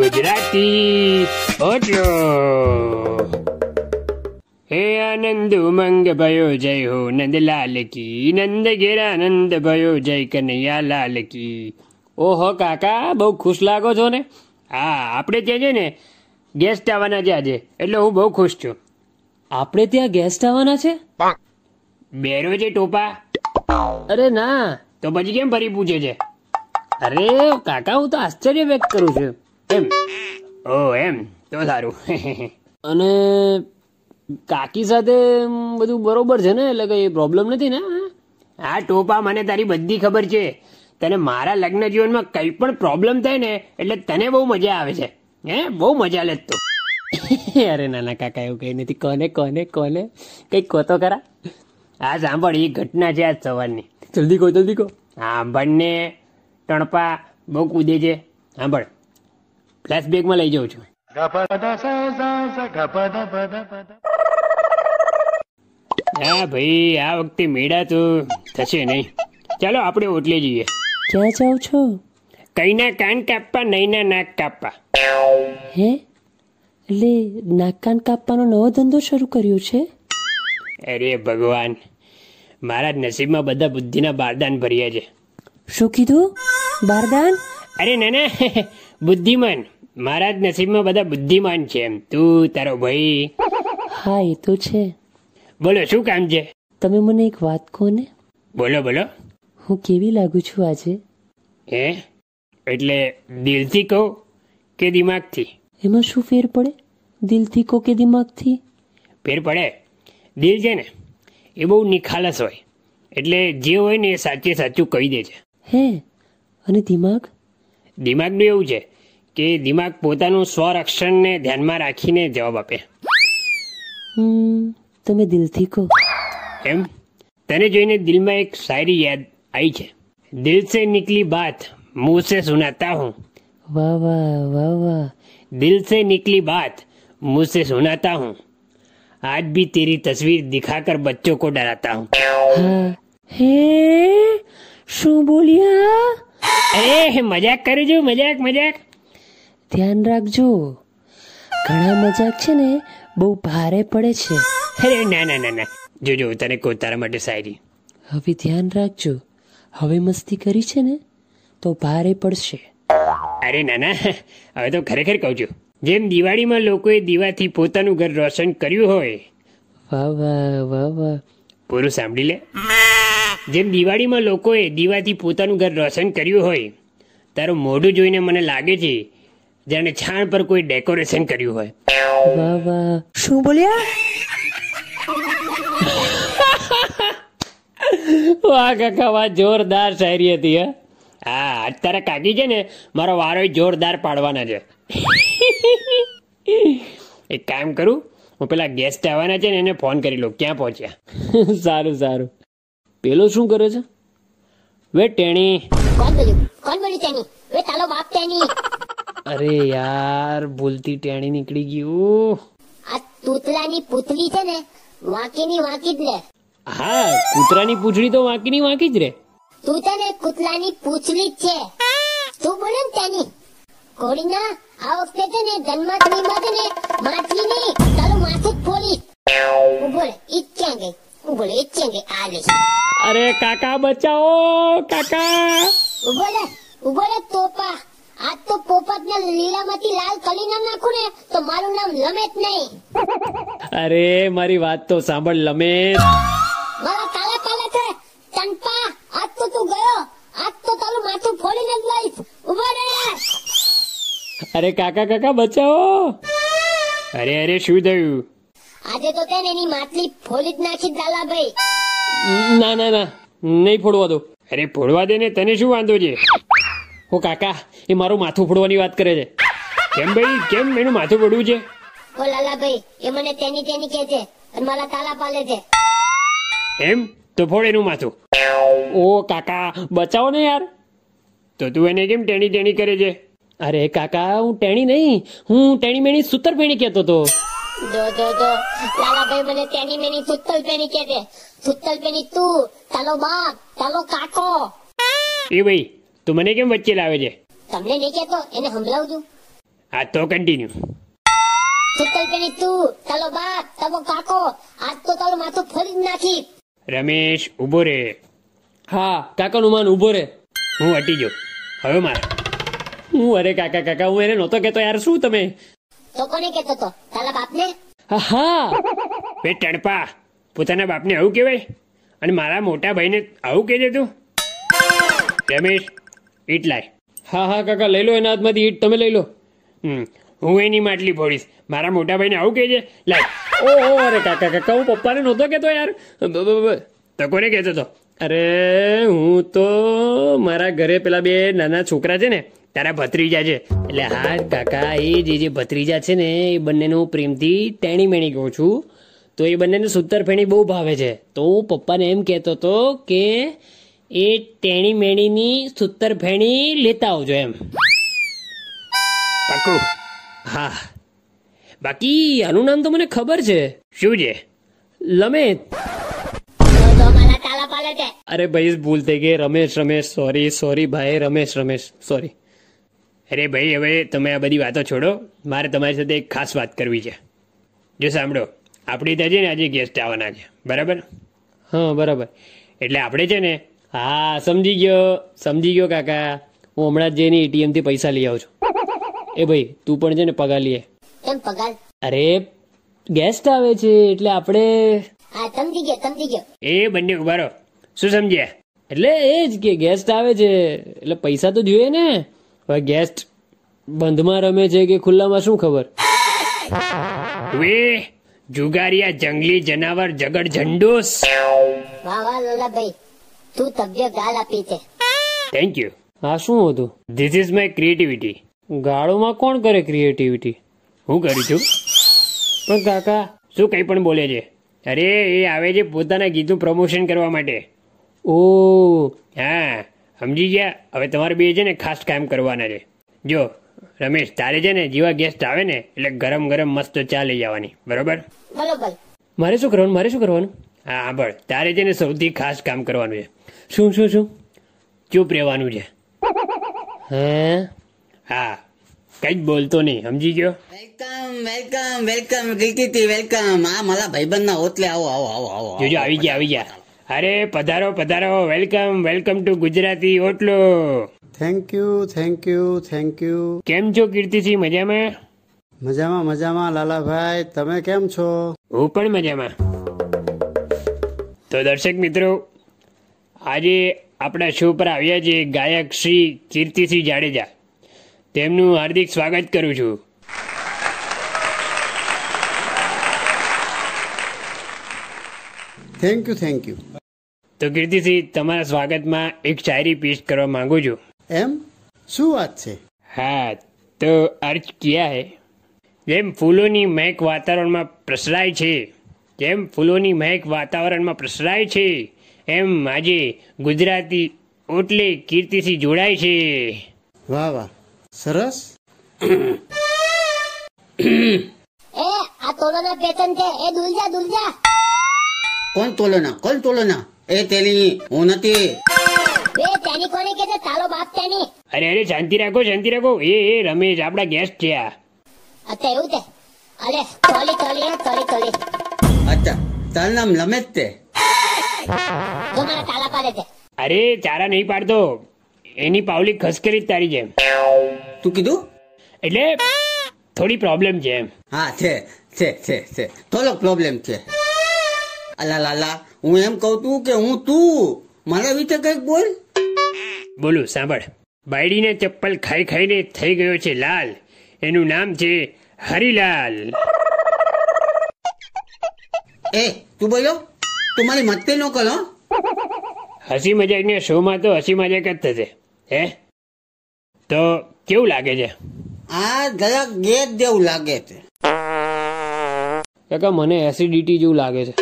ગુજરાતી ઓટલો હે આનંદ ઉમંગ ભયો જય હો નંદલાલ કી નંદ ઘેરા નંદ ભયો જય કનૈયા લાલ કી ઓહો કાકા બહુ ખુશ લાગો છો ને હા આપણે ત્યાં છે ને ગેસ્ટ આવવાના છે આજે એટલે હું બહુ ખુશ છું આપણે ત્યાં ગેસ્ટ આવવાના છે બેરો છે ટોપા અરે ના તો પછી કેમ ફરી પૂછે છે અરે કાકા હું તો આશ્ચર્ય વ્યક્ત કરું છું એમ ઓ એમ તો સારું અને કાકી સાથે એમ બધું બરોબર છે ને એટલે કઈ પ્રોબ્લેમ નથી ને આ ટોપા મને તારી બધી ખબર છે તને મારા લગ્ન જીવનમાં કઈ પણ પ્રોબ્લેમ થાય ને એટલે તને બહુ મજા આવે છે હે બહુ મજા લે તું અરે નાના કાકા એવું કઈ નથી કોને કોને કોને કઈ કહો તો ખરા આ સાંભળ એ ઘટના છે આજ સવારની જલ્દી કહો જલ્દી કહો હા બંને ટણપા બહુ કૂદે છે સાંભળ પ્લસ બેગમાં લઈ જાઉં છું હા ભાઈ આ વખતે મેળા તો થશે નહીં ચાલો આપણે ઓટલે જઈએ ક્યાં જાઓ છો કઈના કાન કાપવા નહીંના નાક કાપવા હે એટલે નાકકાન કાપવાનો નવો ધંધો શરૂ કર્યો છે અરે ભગવાન મારા નસીબમાં બધા બુદ્ધિના બારદાન ભર્યા છે શું કીધું બારદાન અરે ના ના બુદ્ધિમાન મારા જ નસીબમાં બધા બુદ્ધિમાન છે એમ તું તારો ભાઈ હા એ તો છે બોલો શું કામ છે તમે મને એક વાત કહો ને બોલો બોલો હું કેવી લાગુ છું આજે હે એટલે દિલથી કહું કે દિમાગથી એમાં શું ફેર પડે દિલથી કહો કે દિમાગથી ફેર પડે દિલ છે ને એ બહુ નિખાલસ હોય એટલે જે હોય ને એ સાચે સાચું કહી દે છે હે અને દિમાગ દિમાગનું એવું છે કે દિમાગ પોતાનું સ્વરક્ષણને ધ્યાનમાં રાખીને જવાબ આપે હમ, તમે દિલથી કહો એમ તને જોઈને દિલમાં એક શાયરી યાદ આવી છે દિલ સે નિકલી બાત મુંહ સે સુનાતા હું વાહ વાહ વાહ વાહ દિલ સે નિકલી बात मुझ से सुनाता हूँ आज भी तेरी तस्वीर दिखाकर बच्चों को डराता हूँ હા હે શું બોલ્યા अरे मजाक करू છું મજાક મજાક ધ્યાન રાખજો ઘણા મજાક છે ને બહુ ભારે પડે છે અરે ના ના ના ના જોજો તને કહું તારા માટે શાયરી હવે ધ્યાન રાખજો હવે મસ્તી કરી છે ને તો ભારે પડશે અરે ના ના હવે તો ખરેખર કહું છું જેમ દિવાળીમાં લોકોએ દીવાથી પોતાનું ઘર રોશન કર્યું હોય વાહ વાહ વાહ વાહ પૂરું સાંભળી લે જેમ દિવાળીમાં લોકોએ દીવાથી પોતાનું ઘર રોશન કર્યું હોય તારું મોઢું જોઈને મને લાગે છે જાણે છાણ પર કોઈ ડેકોરેશન કર્યું હોય વાહ વાહ શું બોલ્યા વાહ કાકા વાહ જોરદાર શાયરી હતી હા હા અત્યારે કાકી છે ને મારો વારો જોરદાર પાડવાના છે એક કામ કરું હું પેલા ગેસ્ટ આવવાના છે ને એને ફોન કરી લઉં ક્યાં પહોંચ્યા સારું સારું પેલો શું કરે છે વે ટેણી કોણ બોલ્યું કોણ બોલ્યું તેની વે તારો બાપ તેની અરે યાર ભૂલતી ટેણી નીકળી ગયું આ તૂતલાની પૂતલી છે ને વાંકીની વાંકી જ લે હા કૂતરાની પૂંછડી તો વાંકીની વાંકી જ રે તું છે ને કૂતલાની પૂછલી જ છે તું બોલે ને તેની કોડીના આ વખતે છે ને જન્માષ્ટમીમાં છે ને માછલી નહીં તારું માથું જ ફોડીશ ઉભો રે ઈ જ ક્યાં ગઈ ઉભો રે ઈ જ ક્યાં ગઈ આ લઈશ અરે કાકા બચાવો કાકા ઉભો રે ઉભો રે તોપા આજ તો પોપટ ને લીલામાંથી લાલ કલી ના નાખું ને તો મારું નામ લમે જ નહીં અરે મારી વાત તો સાંભળ લમેશ મારા કાલે કાલે છે ચંપા આજ તો તું ગયો આજ તો તારું માથું ફોડીને જ લઈશ ઉભો રે અરે કાકા કાકા બચાવો અરે અરે શું થયું આજે તો તેને એની માટલી ફોડી જ નાખી દાલા ભાઈ ના ના ના નહીં ફોડવા દો અરે ફોડવા દે ને તને શું વાંધો છે ઓ કાકા એ મારું માથું ફોડવાની વાત કરે છે કેમ ભાઈ કેમ એનું માથું પડવું છે ઓ લાલા ભાઈ એ મને તેની તેની કહે છે અને મારા તાલા પાલે છે એમ તો ફોડ એનું માથું ઓ કાકા બચાવો ને યાર તો તું એને કેમ ટેણી ટેણી કરે છે અરે કાકા હું ટેણી નહીં હું ટેણી મેણી સૂતર પેણી કહેતો હતો જો જો જો લાલા ભાઈ મને તેની મેની સુત્તલ પેની કહે છે સુત્તલ પેની તું તારો બાપ તારો કાકો એ ભાઈ તું મને કેમ વચ્ચે લાવે છે તમને નહીં કહેતો એને સંભળાવજો હા તો કન્ટિન્યુ ચિત્તલ પેલી તું તારો બાપ તારો કાકો આજ તો તારું માથું ફોડી જ નાખી રમેશ ઊભો રે હા કાકાનું માન ઉભો રે હું હટી જો હવે મારા હું અરે કાકા કાકા હું એને નહોતો કહેતો યાર શું તમે તો કોને કહેતો તો તારા બાપને હા હા બે ટણપા પોતાના બાપને આવું કહેવાય અને મારા મોટા ભાઈને આવું કહી દે તું રમેશ ઈટ લાય હા હા કાકા લઈ લો એના હાથમાંથી ઈટ તમે લઈ લો હમ હું એની માટલી ફોડીશ મારા મોટા ભાઈને આવું કહેજે લાય ઓ ઓ અરે કાકા કાકા હું પપ્પાને નહોતો કહેતો યાર બ, બ, બ. તો કોને કહેતો તો અરે હું તો મારા ઘરે પેલા બે નાના છોકરા છે ને તારા ભત્રીજા છે એટલે હા કાકા એ જે જે ભત્રીજા છે ને એ બંનેને હું પ્રેમથી ટેણી મેણી કહું છું તો એ બંનેને સૂતર ફેણી બહુ ભાવે છે તો હું પપ્પાને એમ કહેતો હતો કે એ ટેણી મેણીની સૂતર ફેણી લેતા આવજો એમ પાકું હા બાકી આનું નામ તો મને ખબર છે શું છે લમેત તો તો મારા તાલા પાલટે અરે ભાઈ ભૂલ થઈ ગઈ રમેશ રમેશ સોરી સોરી ભાઈ રમેશ રમેશ સોરી અરે ભાઈ હવે તમે આ બધી વાતો છોડો મારે તમારી સાથે એક ખાસ વાત કરવી છે જો સાંભળો આપણી ત્યાં છે ને આજે ગેસ્ટ આવવાના છે બરાબર હા બરાબર એટલે આપણે છે ને હા સમજી ગયો સમજી ગયો કાકા હું હમણાં જ જઈને એટીએમ થી પૈસા લઈ આવું છું એ ભાઈ તું પણ છે ને પગાર લઈએ કેમ પગાર અરે ગેસ્ટ આવે છે એટલે આપણે આ સમજી ગયો સમજી ગયો એ બંને ઉભા રહો શું સમજ્યા એટલે એ જ કે ગેસ્ટ આવે છે એટલે પૈસા તો જોઈએ ને હવે ગેસ્ટ બંધમાં રમે છે કે ખુલ્લામાં શું ખબર વે જુગારિયા જંગલી જનાવર જગડ ઝંડોસ વાહ વાહ લોલા ભાઈ તું તબિયત ગાલ આપી છે થેન્ક યુ હા શું હતું ધીસ ઇઝ માય ક્રિએટિવિટી ગાળોમાં કોણ કરે ક્રિએટિવિટી હું કરું છું પણ કાકા શું કંઈ પણ બોલે છે અરે એ આવે છે પોતાના ગીતનું પ્રમોશન કરવા માટે ઓ હા સમજી ગયા હવે તમારે બે છે ને ખાસ કામ કરવાના છે જો રમેશ તારે છે ને જેવા ગેસ્ટ આવે ને એટલે ગરમ ગરમ મસ્ત ચા લઈ જવાની બરોબર બરોબર મારે શું કરવાનું મારે શું કરવાનું હા સાંભળ તારે છે ને સૌથી ખાસ કામ કરવાનું છે શું શું શું ચૂપ રહેવાનું છે હે હા કંઈ જ બોલતો નહીં સમજી ગયો welcome welcome welcome Kirti welcome આ મારા ભાઈબંધ ના ઓટલે આવો આવો આવો આવો જોજો આવી ગયા આવી ગયા અરે પધારો પધારો welcome welcome to Gujarati ઓટલો thank you thank you thank you કેમ છો કીર્તિસિંહ મજામાં મજામાં મજામાં લાલાભાઈ તમે કેમ છો હું પણ મજામાં તો દર્શક મિત્રો આજે આપણા શો પર આવ્યા છે ગાયક શ્રી કીર્તિસિંહ જાડેજા તેમનું હાર્દિક સ્વાગત કરું છું થેન્ક યુ થેન્ક યુ તો કીર્તિસિંહ તમારા સ્વાગતમાં એક શાયરી પેશ કરવા માંગુ છું એમ શું વાત છે હા તો અર્થ ક્યાં હે જેમ ફૂલોની મહેક વાતાવરણમાં પ્રસરાય છે જેમ ફૂલોની મહેક વાતાવરણમાં પ્રસરાય છે એમ આજે ગુજરાતી ઓટલે કીર્તિથી જોડાય છે વાહ વાહ સરસ એ આ તોલોના પેટન છે એ દુલજા દુલજા કોણ તોલો ના કોણ તોલો ના એ તેની હું નથી બે તેની કોને કે છે તારો બાપ તેની અરે અરે શાંતિ રાખો શાંતિ રાખો એ એ રમેશ આપણા ગેસ્ટ છે આ અત્યારે એવું છે અરે તોલી તોલી હો, તોલી તોલી અચ્છા તારું નામ રમેશ તે જો મારા તાલા પાડે છે અરે તારા નહીં પાડતો એની પાવલી ખસકેલી જ તારી જેમ તું કીધું એટલે થોડી પ્રોબ્લેમ છે એમ હા છે છે છે છે થોડોક પ્રોબ્લેમ છે અલા લાલા હું એમ કહું તું કે હું તું મારા વિશે કઈક બોલ બોલું સાંભળ બાયડીને ચપ્પલ ખાઈ ખાઈને થઈ ગયો છે લાલ એનું નામ છે હરિલાલ એ તું બોલ્યો તું મારી મત્તે ન કરો હસી મજાકને શોમાં તો હસી મજાક જ થશે હે તો કેવું લાગે છે આ જરાક ગેસ જેવું લાગે છે કાકા મને એસિડિટી જેવું લાગે છે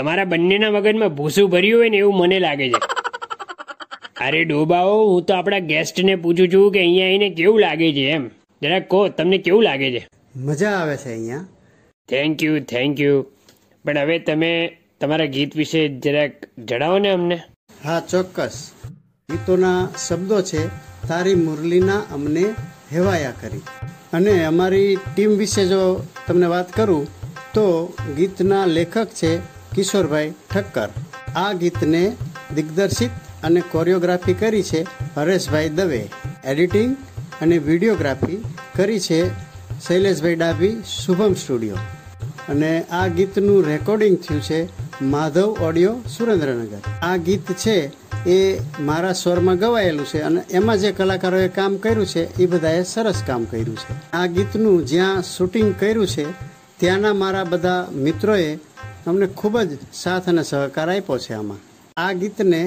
તમારા બંનેના મગજમાં ભૂસું ભર્યું હોય ને એવું મને લાગે છે અરે ડોબાઓ હું તો આપણા ગેસ્ટને પૂછું છું કે અહીંયા આવીને કેવું લાગે છે એમ જરાક કહો તમને કેવું લાગે છે મજા આવે છે અહીંયા થેન્ક યુ થેન્ક યુ પણ હવે તમે તમારા ગીત વિશે જરાક જણાવો ને અમને હા ચોક્કસ ગીતોના શબ્દો છે તારી મુરલીના અમને હેવાયા કરી અને અમારી ટીમ વિશે જો તમને વાત કરું તો ગીતના લેખક છે કિશોરભાઈ ઠક્કર આ ગીતને દિગ્દર્શિત અને કોરિયોગ્રાફી કરી છે હરેશભાઈ દવે એડિટિંગ અને વિડીયોગ્રાફી કરી છે શૈલેષભાઈ ડાભી શુભમ સ્ટુડિયો અને આ ગીતનું રેકોર્ડિંગ થયું છે માધવ ઓડિયો સુરેન્દ્રનગર આ ગીત છે એ મારા સ્વરમાં ગવાયેલું છે અને એમાં જે કલાકારોએ કામ કર્યું છે એ બધાએ સરસ કામ કર્યું છે આ ગીતનું જ્યાં શૂટિંગ કર્યું છે ત્યાંના મારા બધા મિત્રોએ અમને ખૂબ જ સાથ અને સહકાર આપ્યો છે આમાં આ ગીતને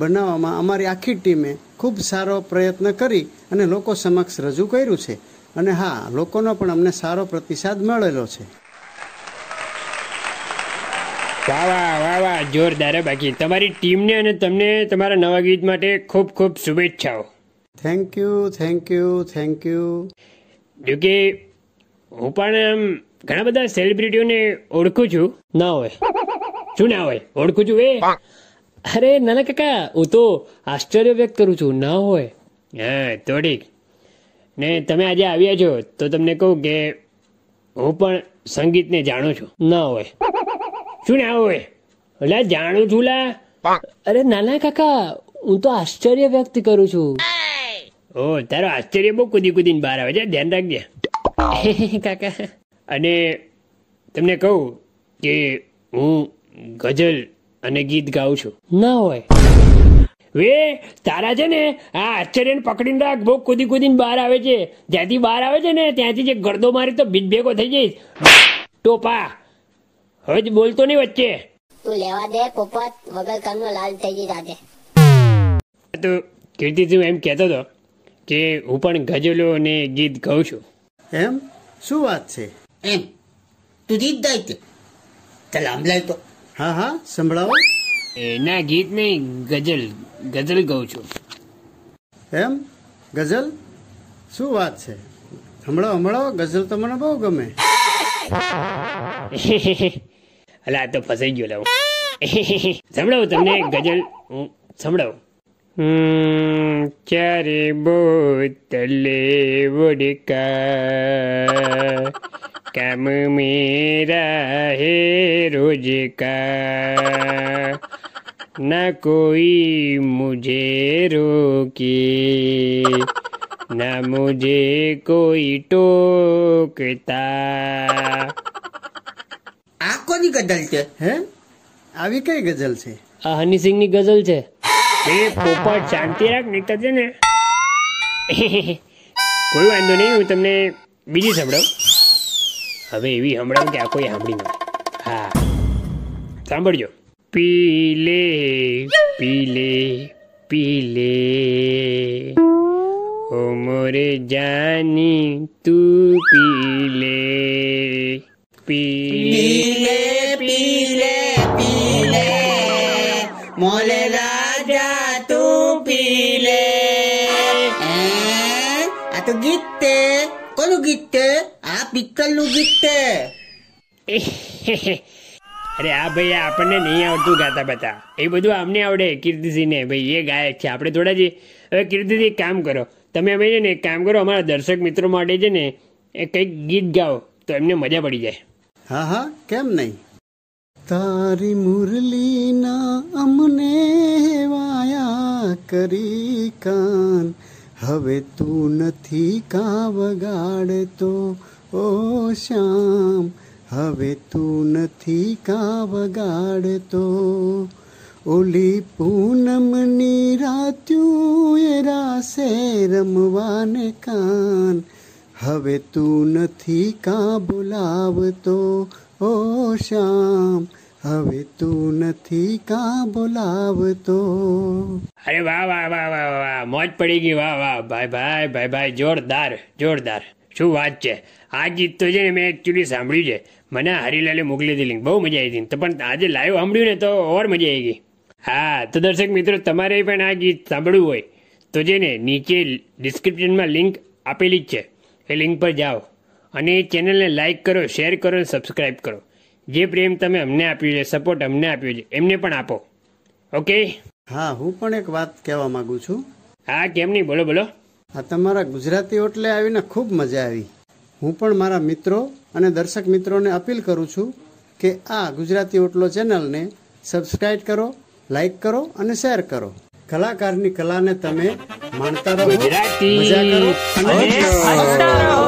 બનાવવામાં અમારી આખી ટીમે ખૂબ સારો પ્રયત્ન કરી અને લોકો સમક્ષ રજૂ કર્યું છે અને હા લોકોનો પણ અમને સારો પ્રતિસાદ મળેલો છે વાહ વાહ વાહ વાહ જોરદાર હે બાકી તમારી ટીમને અને તમને તમારા નવા ગીત માટે ખૂબ ખૂબ શુભેચ્છાઓ thank you thank you thank you જો કે હું પણ આમ ઘણા બધા સેલિબ્રિટીઓને ઓળખું છું ના હોય શું ના હોય ઓળખું છું એ અરે નાના કાકા હું તો આશ્ચર્ય વ્યક્ત કરું છું ના હોય હા તો ઠીક ને તમે આજે આવ્યા છો તો તમને કહું કે હું પણ સંગીતને જાણું છું ના હોય શું ના હોય એટલે જાણું છું લા અરે નાના કાકા હું તો આશ્ચર્ય વ્યક્ત કરું છું ઓ તારો આશ્ચર્ય બહુ કૂદી કૂદીને બહાર આવે છે ધ્યાન રાખજે કાકા અને તમને કહું કે હું ગઝલ અને ગીત ગાઉં છું ના હોય વે તારા છે ને આ આશ્ચર્યને પકડીને રાખ બહુ કૂદી કૂદીને બહાર આવે છે જ્યાંથી બહાર આવે છે ને ત્યાંથી જે ગરદો મારી તો બીજ ભેગો થઈ જઈશ ટોપા હવે જ બોલતો નહીં વચ્ચે તું લેવા દે પોપટ વગર કામનો લાલ થઈ ગઈ રાતે તો કીર્તિ તું એમ કહેતો હતો કે હું પણ ગઝલો અને ગીત ગાઉં છું એમ શું વાત છે એમ તું જીત જાય તે ચાલ આમ લાય તો હા હા સંભળાવો એ ના ગીત નહીં ગઝલ ગઝલ ગાઉં છું એમ ગઝલ શું વાત છે હમણાં હમણાં ગઝલ તો મને બહુ ગમે અલા આ તો ફસાઈ ગયો લાવ સંભળાવું તમને ગઝલ હું સંભળાવું હમ, ચારે બોતલે વડકા કામ મેરા હે રોજ કા ના કોઈ મુજે રોકે ના મુજે કોઈ ટોકતા આ કોની ગઝલ છે હે આવી કઈ ગઝલ છે આ હનીસિંહની ગઝલ છે એ પોપટ શાંતિ રાખ નહીં તો છે ને કોઈ વાંધો નહીં હું તમને બીજી સંભળાવું હવે એવી સંભળાવું કે આ કોઈ સાંભળી ન લે. હા સાંભળજો પીલે પીલે પીલે ઓ મોરે જાની તું પીલે પીલે પીલે પીલે પીલે મોલે રાજા તું પીલે હે? આ તો ગીત તે કોનું ગીત તે આ પિક્ચરનું ગીત તે અરે આ ભાઈ આ આપણને નહીં આવડતું ગાતા બતા એ બધું અમને આવડે કીર્તિસિંહને ભાઈ એ ગાયક છે આપણે થોડા જે હવે કીર્તિસિંહ એક કામ કરો તમે અમે છે ને એક કામ કરો અમારા દર્શક મિત્રો માટે છે ને એ કંઈક ગીત ગાઓ તો એમને મજા પડી જાય હા હા કેમ નહીં તારી મુરલીના અમને વાયા કરી કાન હવે તું નથી કા વગાડતો ઓ શ્યામ હવે તું નથી કા વગાડતો ઓલી પૂનમની રાત્યું એ રાસે રમવાને કાન હવે તું નથી કા બોલાવતો ઓ શ્યામ હવે તું નથી કા બોલાવતો અરે વાહ વાહ વાહ વાહ વાહ વાહ મોજ પડી ગઈ વાહ વાહ ભાઈ ભાઈ ભાઈ ભાઈ જોરદાર જોરદાર શું વાત છે આ ગીત તો છે ને મેં એકચ્યુઅલી સાંભળ્યું છે મને હરિલાલે મોકલી હતી લિંક બહુ મજા આવી હતી તો પણ આજે લાઈવ સાંભળ્યું ને તો ઓર મજા આવી ગઈ હા તો દર્શક મિત્રો તમારે પણ આ ગીત સાંભળવું હોય તો છે ને નીચે ડિસ્ક્રિપ્શનમાં લિંક આપેલી જ છે એ લિંક પર જાઓ અને એ ચેનલને લાઇક કરો શેર કરો અને સબસ્ક્રાઇબ કરો જે પ્રેમ તમે અમને આપ્યો છે સપોર્ટ અમને આપ્યો છે એમને પણ આપો ઓકે હા હું પણ એક વાત કહેવા માંગુ છું હા કેમ નહીં બોલો બોલો આ તમારા ગુજરાતી ઓટલે આવીને ખૂબ મજા આવી હું પણ મારા મિત્રો અને દર્શક મિત્રોને અપીલ કરું છું કે આ ગુજરાતી ઓટલો ચેનલને સબસ્ક્રાઇબ કરો લાઈક કરો અને શેર કરો કલાકારની કલાને તમે માણતા રહો ગુજરાતી મજા કરો અને ઓટલો. હસતા રહો.